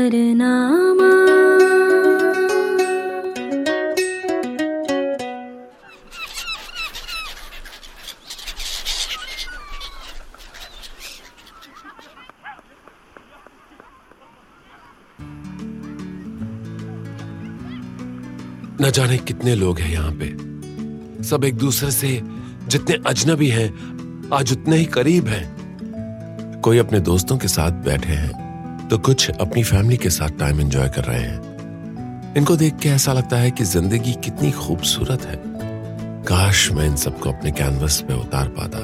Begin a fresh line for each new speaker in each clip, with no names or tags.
सफरनामा
न जाने कितने लोग हैं यहाँ पे सब एक दूसरे से जितने अजनबी हैं आज उतने ही करीब हैं कोई अपने दोस्तों के साथ बैठे हैं तो कुछ अपनी फैमिली के साथ टाइम एंजॉय कर रहे हैं इनको देख के ऐसा लगता है कि जिंदगी कितनी खूबसूरत है काश मैं इन सबको अपने कैनवस पे उतार पाता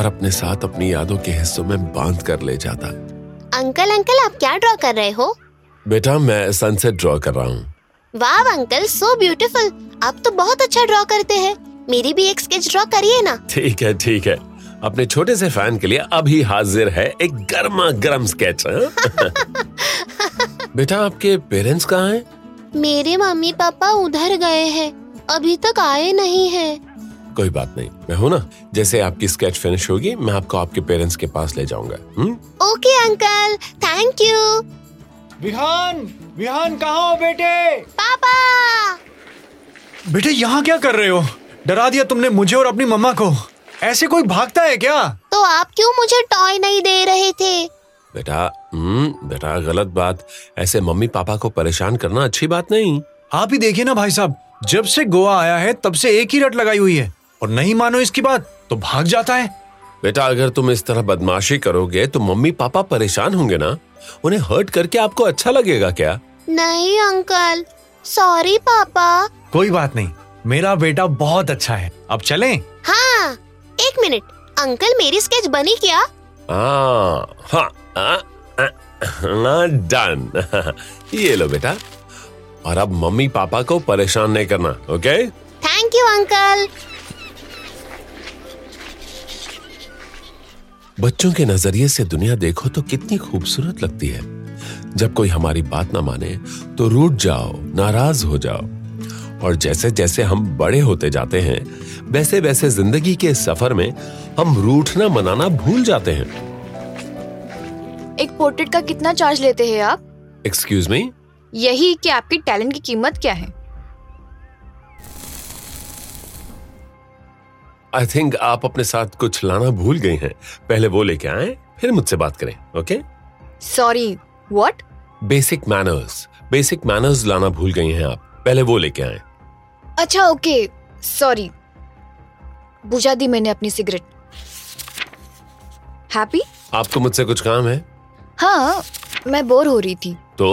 और अपने साथ अपनी यादों के हिस्सों में बांध कर ले जाता
अंकल अंकल आप क्या ड्रॉ कर रहे हो
बेटा मैं सनसेट ड्रॉ कर रहा हूँ
वाह अंकल सो ब्यूटीफुल आप तो बहुत अच्छा ड्रॉ करते हैं मेरी भी एक स्केच ड्रॉ करिए ना
ठीक है ठीक है अपने छोटे से फैन के लिए अभी हाजिर है एक गर्मा गर्म स्केच हाँ? बेटा आपके पेरेंट्स कहाँ हैं?
मेरे मम्मी पापा उधर गए हैं अभी तक आए नहीं हैं
कोई बात नहीं मैं हूँ ना जैसे आपकी स्केच फिनिश होगी मैं आपको आपके पेरेंट्स के पास ले जाऊंगा हम्म?
Okay uncle thank you
Vihaan Vihaan कहाँ हो बेटे
पापा
बेटे यहाँ क्या कर रहे हो डरा दिया तुमने मुझे और अपनी मम्मा को ऐसे कोई भागता है क्या
तो आप क्यों मुझे टॉय नहीं दे रहे थे
बेटा हम्म, बेटा गलत बात ऐसे मम्मी पापा को परेशान करना अच्छी बात नहीं
आप ही देखिए ना भाई साहब जब से गोवा आया है तब से एक ही रट लगाई हुई है और नहीं मानो इसकी बात तो भाग जाता है
बेटा अगर तुम इस तरह बदमाशी करोगे तो मम्मी पापा परेशान होंगे ना उन्हें हर्ट करके आपको अच्छा लगेगा क्या
नहीं अंकल सॉरी पापा
कोई बात नहीं मेरा बेटा बहुत अच्छा है अब चलें
हाँ एक मिनट अंकल मेरी स्केच बनी क्या
हाँ हाँ हाँ, हाँ डन ये लो बेटा और अब मम्मी पापा को परेशान नहीं करना ओके
थैंक यू अंकल
बच्चों के नजरिए से दुनिया देखो तो कितनी खूबसूरत लगती है जब कोई हमारी बात ना माने तो रूठ जाओ नाराज हो जाओ और जैसे जैसे हम बड़े होते जाते हैं वैसे वैसे जिंदगी के इस सफर में हम रूठना मनाना भूल जाते हैं
एक पोर्ट्रेट का कितना चार्ज लेते हैं आप
एक्सक्यूज मी
यही कि आपके टैलेंट की कीमत क्या है
आई थिंक आप अपने साथ कुछ लाना भूल गई हैं पहले वो लेके आए फिर मुझसे बात करें okay
sorry what
basic manners basic manners लाना भूल गई हैं आप पहले वो लेके आए
अच्छा ओके सॉरी बुझा दी मैंने अपनी सिगरेट हैप्पी
आपको मुझसे कुछ काम है
हाँ मैं बोर हो रही थी
तो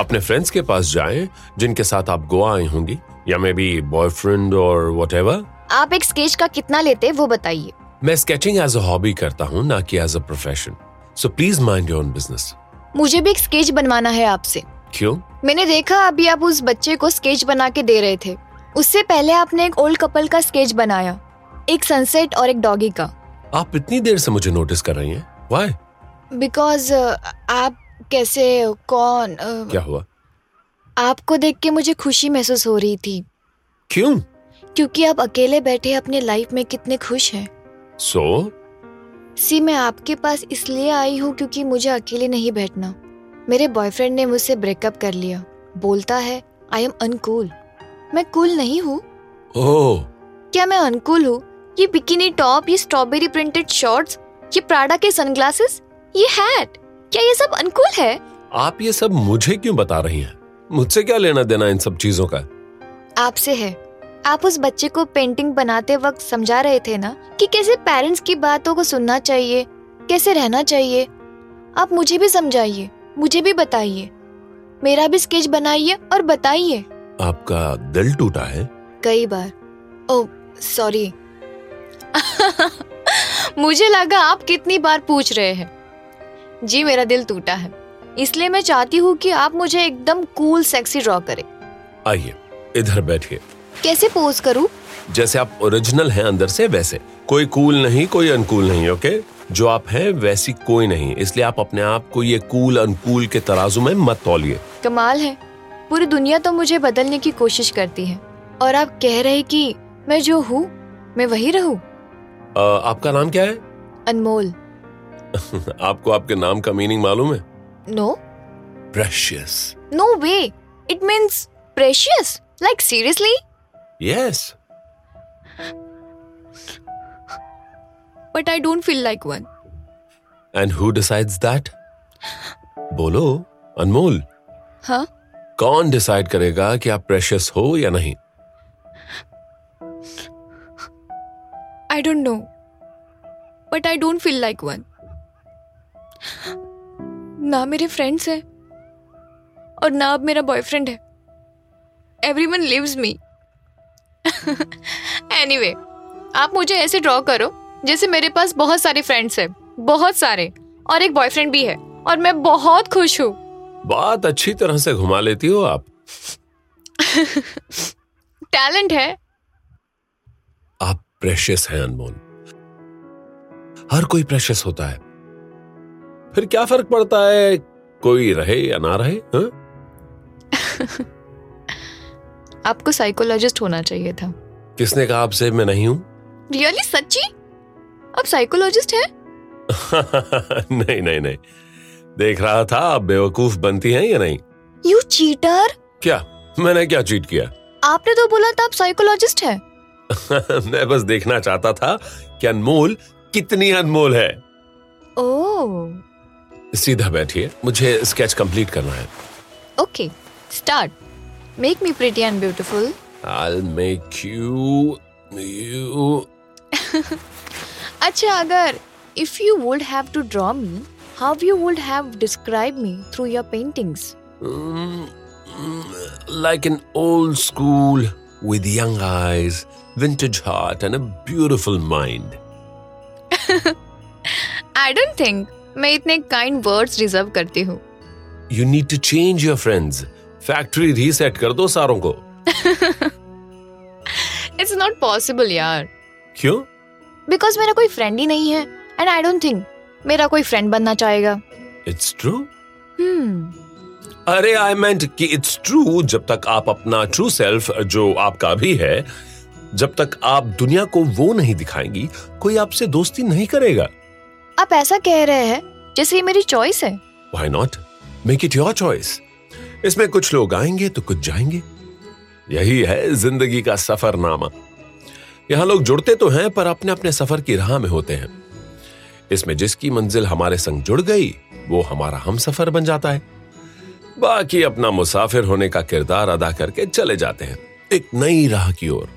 अपने फ्रेंड्स के पास जाएं जिनके साथ आप गोवा आई होंगी या मे बी बॉयफ्रेंड और वट
आप एक स्केच का कितना लेते वो बताइए
मैं स्केचिंग एज अ हॉबी करता हूँ ना कि as a profession so please mind your own business
मुझे भी एक स्केच बनवाना है आपसे
क्यों
मैंने देखा अभी आप उस बच्चे को स्केच बना के दे रहे थे उससे पहले आपने एक ओल्ड कपल का स्केच बनाया एक सनसेट और एक डॉगी का
आप इतनी देर से मुझे नोटिस कर रही हैं वाई
बिकॉज uh, आप कैसे कौन अ,
क्या हुआ
आपको देख के मुझे खुशी महसूस हो रही थी
क्यों
क्योंकि आप अकेले बैठे अपने लाइफ में कितने खुश हैं
सो
सी मैं आपके पास इसलिए आई हूँ क्योंकि मुझे अकेले नहीं बैठना मेरे बॉयफ्रेंड ने मुझसे ब्रेकअप कर लिया बोलता है आई एम अनकूल मैं कूल नहीं हूँ
ओह
क्या मैं अनकूल हूँ ये बिकिनी टॉप ये स्ट्रॉबेरी प्रिंटेड शॉर्ट्स ये प्राडा के सनग्लासेस ये हैट क्या ये सब अनकूल है
आप ये सब मुझे क्यों बता रही हैं मुझसे क्या लेना देना इन सब चीजों का
आपसे है आप उस बच्चे को पेंटिंग बनाते वक्त समझा रहे थे ना कि कैसे पेरेंट्स की बातों को सुनना चाहिए कैसे रहना चाहिए आप मुझे भी समझाइए मुझे भी बताइए मेरा भी स्केच बनाइए और बताइए
आपका दिल टूटा है
कई बार ओ सॉरी मुझे लगा आप कितनी बार पूछ रहे हैं जी मेरा दिल टूटा है इसलिए मैं चाहती हूँ कि आप मुझे एकदम कूल सेक्सी ड्रॉ करें
आइए इधर बैठिए
कैसे पोज करूँ
जैसे आप ओरिजिनल हैं अंदर से वैसे कोई कूल नहीं कोई अनकूल नहीं ओके जो आप हैं वैसी कोई नहीं इसलिए आप अपने आप को ये कूल अनकूल के तराजू में मत तोलिए
कमाल है पूरी दुनिया तो मुझे बदलने की कोशिश करती है और आप कह रहे कि मैं जो हूँ मैं वही रहूं
अ, आपका नाम क्या है
अनमोल
आपको आपके नाम का मीनिंग मालूम है
no
precious.
No way it means precious like seriously
Yes,
but I don't feel like one
and who decides that? बोलो अनमोल
हाँ
कौन डिसाइड करेगा कि आप प्रेशियस हो या नहीं
I don't know but I don't feel like one ना मेरे फ्रेंड्स हैं और ना अब मेरा बॉयफ्रेंड है एवरी वन लिव्स मी एनी वे आप मुझे ऐसे ड्रॉ करो जैसे मेरे पास बहुत सारे फ्रेंड्स हैं बहुत सारे और एक बॉयफ्रेंड भी है और मैं बहुत खुश हूँ
बात अच्छी तरह से घुमा लेती हो आप
टैलेंट है
आप प्रेशियस हैं अनमोल हर कोई प्रेशियस होता है फिर क्या फर्क पड़ता है कोई रहे या ना रहे हाँ?
आपको साइकोलॉजिस्ट होना चाहिए था
किसने कहा आपसे मैं नहीं हूं
रियली सच्ची आप साइकोलॉजिस्ट हैं
नहीं नहीं नहीं देख रहा था आप बेवकूफ बनती हैं या नहीं
यू चीटर
क्या मैंने क्या चीट किया
आपने तो बोला था आप साइकोलॉजिस्ट हैं
मैं बस देखना चाहता था कि अनमोल कितनी अनमोल है
ओह
सीधा बैठिए मुझे स्केच कंप्लीट करना है
okay start make me pretty and beautiful
I'll make you you
अच्छा अगर if you would have to draw me how you would have describe me through your paintings
mm, mm, like an old school with young eyes, vintage heart, and a beautiful mind.
I don't think मैं इतने kind words reserve करती हूँ
You need to change your friends. Factory reset कर दो सारों को
it's not possible यार
क्यों
बिकॉज मेरा कोई फ्रेंड ही नहीं है एंड आई डोंट थिंक मेरा कोई फ्रेंड बनना चाहेगा
इट्स ट्रू
हम्म
अरे आई मेंट कि इट्स ट्रू जब तक आप अपना ट्रू सेल्फ जो आपका भी है जब तक आप दुनिया को वो नहीं दिखाएंगी कोई आपसे दोस्ती नहीं करेगा
आप ऐसा कह रहे हैं जैसे ये मेरी चॉइस है
Why not? Make it your choice. इसमें कुछ लोग आएंगे तो कुछ जाएंगे यही है जिंदगी का सफरनामा यहाँ लोग जुड़ते तो हैं पर अपने अपने सफर की राह में होते हैं इसमें जिसकी मंजिल हमारे संग जुड़ गई वो हमारा हम सफर बन जाता है बाकी अपना मुसाफिर होने का किरदार अदा करके चले जाते हैं एक नई राह की ओर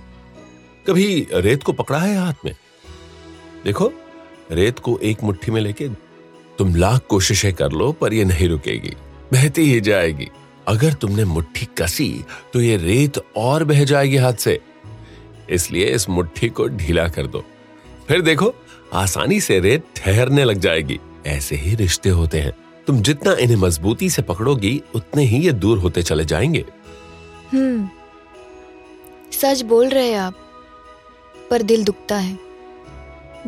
कभी रेत को पकड़ा है हाथ में देखो रेत को एक मुट्ठी में लेके तुम लाख कोशिशें कर लो पर ये नहीं रुकेगी बहती ही जाएगी अगर तुमने मुट्ठी कसी तो ये रेत और बह जाएगी हाथ से इसलिए इस मुट्ठी को ढीला कर दो फिर देखो आसानी से रेत ठहरने लग जाएगी ऐसे ही रिश्ते होते हैं तुम जितना इन्हें मजबूती से पकड़ोगी उतने ही ये दूर होते चले जाएंगे
हम्म सच बोल रहे हैं आप पर दिल दुखता है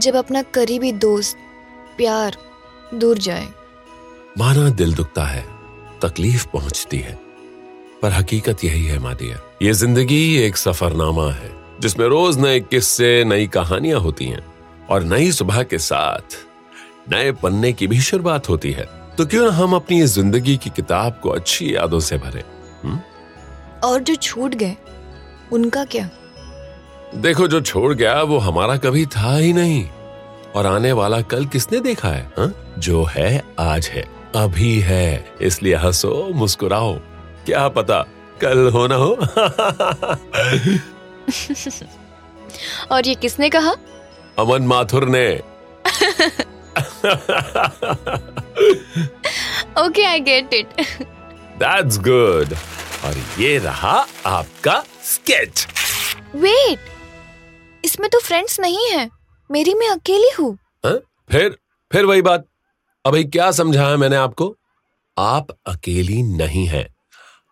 जब अपना करीबी दोस्त प्यार दूर जाए
माना दिल दुखता है तकलीफ पहुंचती है पर हकीकत यही है मादिया ये जिंदगी एक सफरनामा है जिसमें रोज नए किस्से नई कहानियां होती हैं और नई सुबह के साथ नए पन्ने की भी शुरुआत होती है तो क्यों ना हम अपनी इस जिंदगी की किताब को अच्छी यादों से भरें
और जो छूट गए उनका क्या
देखो जो छोड़ गया वो हमारा कभी था ही नहीं और आने वाला कल किसने देखा है हा? जो है आज है अभी है इसलिए हंसो मुस्कुराओ क्या पता कल हो ना हो
और ये किसने कहा
अमन माथुर ने
okay I get it
that's good और ये रहा आपका स्केच
वेट इसमें तो फ्रेंड्स नहीं है मेरी मैं अकेली हूँ
हाँ? फिर फिर वही बात अभी क्या समझाया मैंने आपको आप अकेली नहीं हैं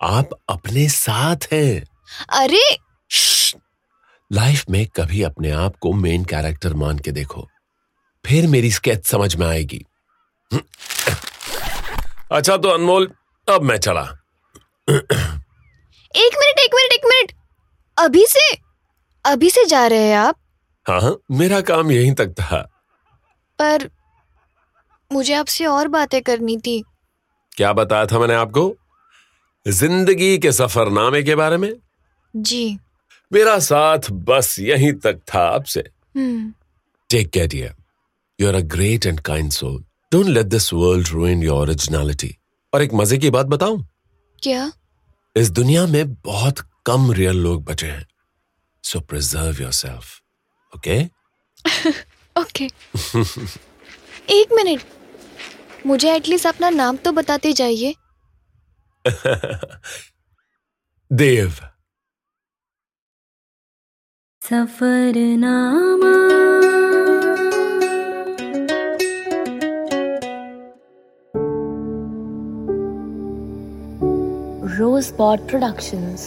आप अपने साथ हैं
अरे
लाइफ में कभी अपने आप को मेन कैरेक्टर मान के देखो फिर मेरी स्केच समझ में आएगी हम्म। अच्छा तो अनमोल अब मैं चला हाँ,
एक मिनट एक मिनट एक मिनट अभी से अभी से जा रहे हैं आप
हाँ हाँ मेरा काम यहीं तक था
पर मुझे आपसे और बातें करनी थी
क्या बताया था मैंने आपको जिंदगी के सफरनामे के बारे में
जी
मेरा साथ बस यहीं तक था आपसे
hmm
Take care, dear. You're a great and kind soul. Don't let this world ruin your originality. और एक मजे की बात बताऊं
क्या
इस दुनिया में बहुत कम रियल लोग बचे हैं so preserve yourself okay
okay एक मिनट मुझे एटलीस्ट अपना नाम तो बताते जाइए
देव
सफरनामा Rosebud Productions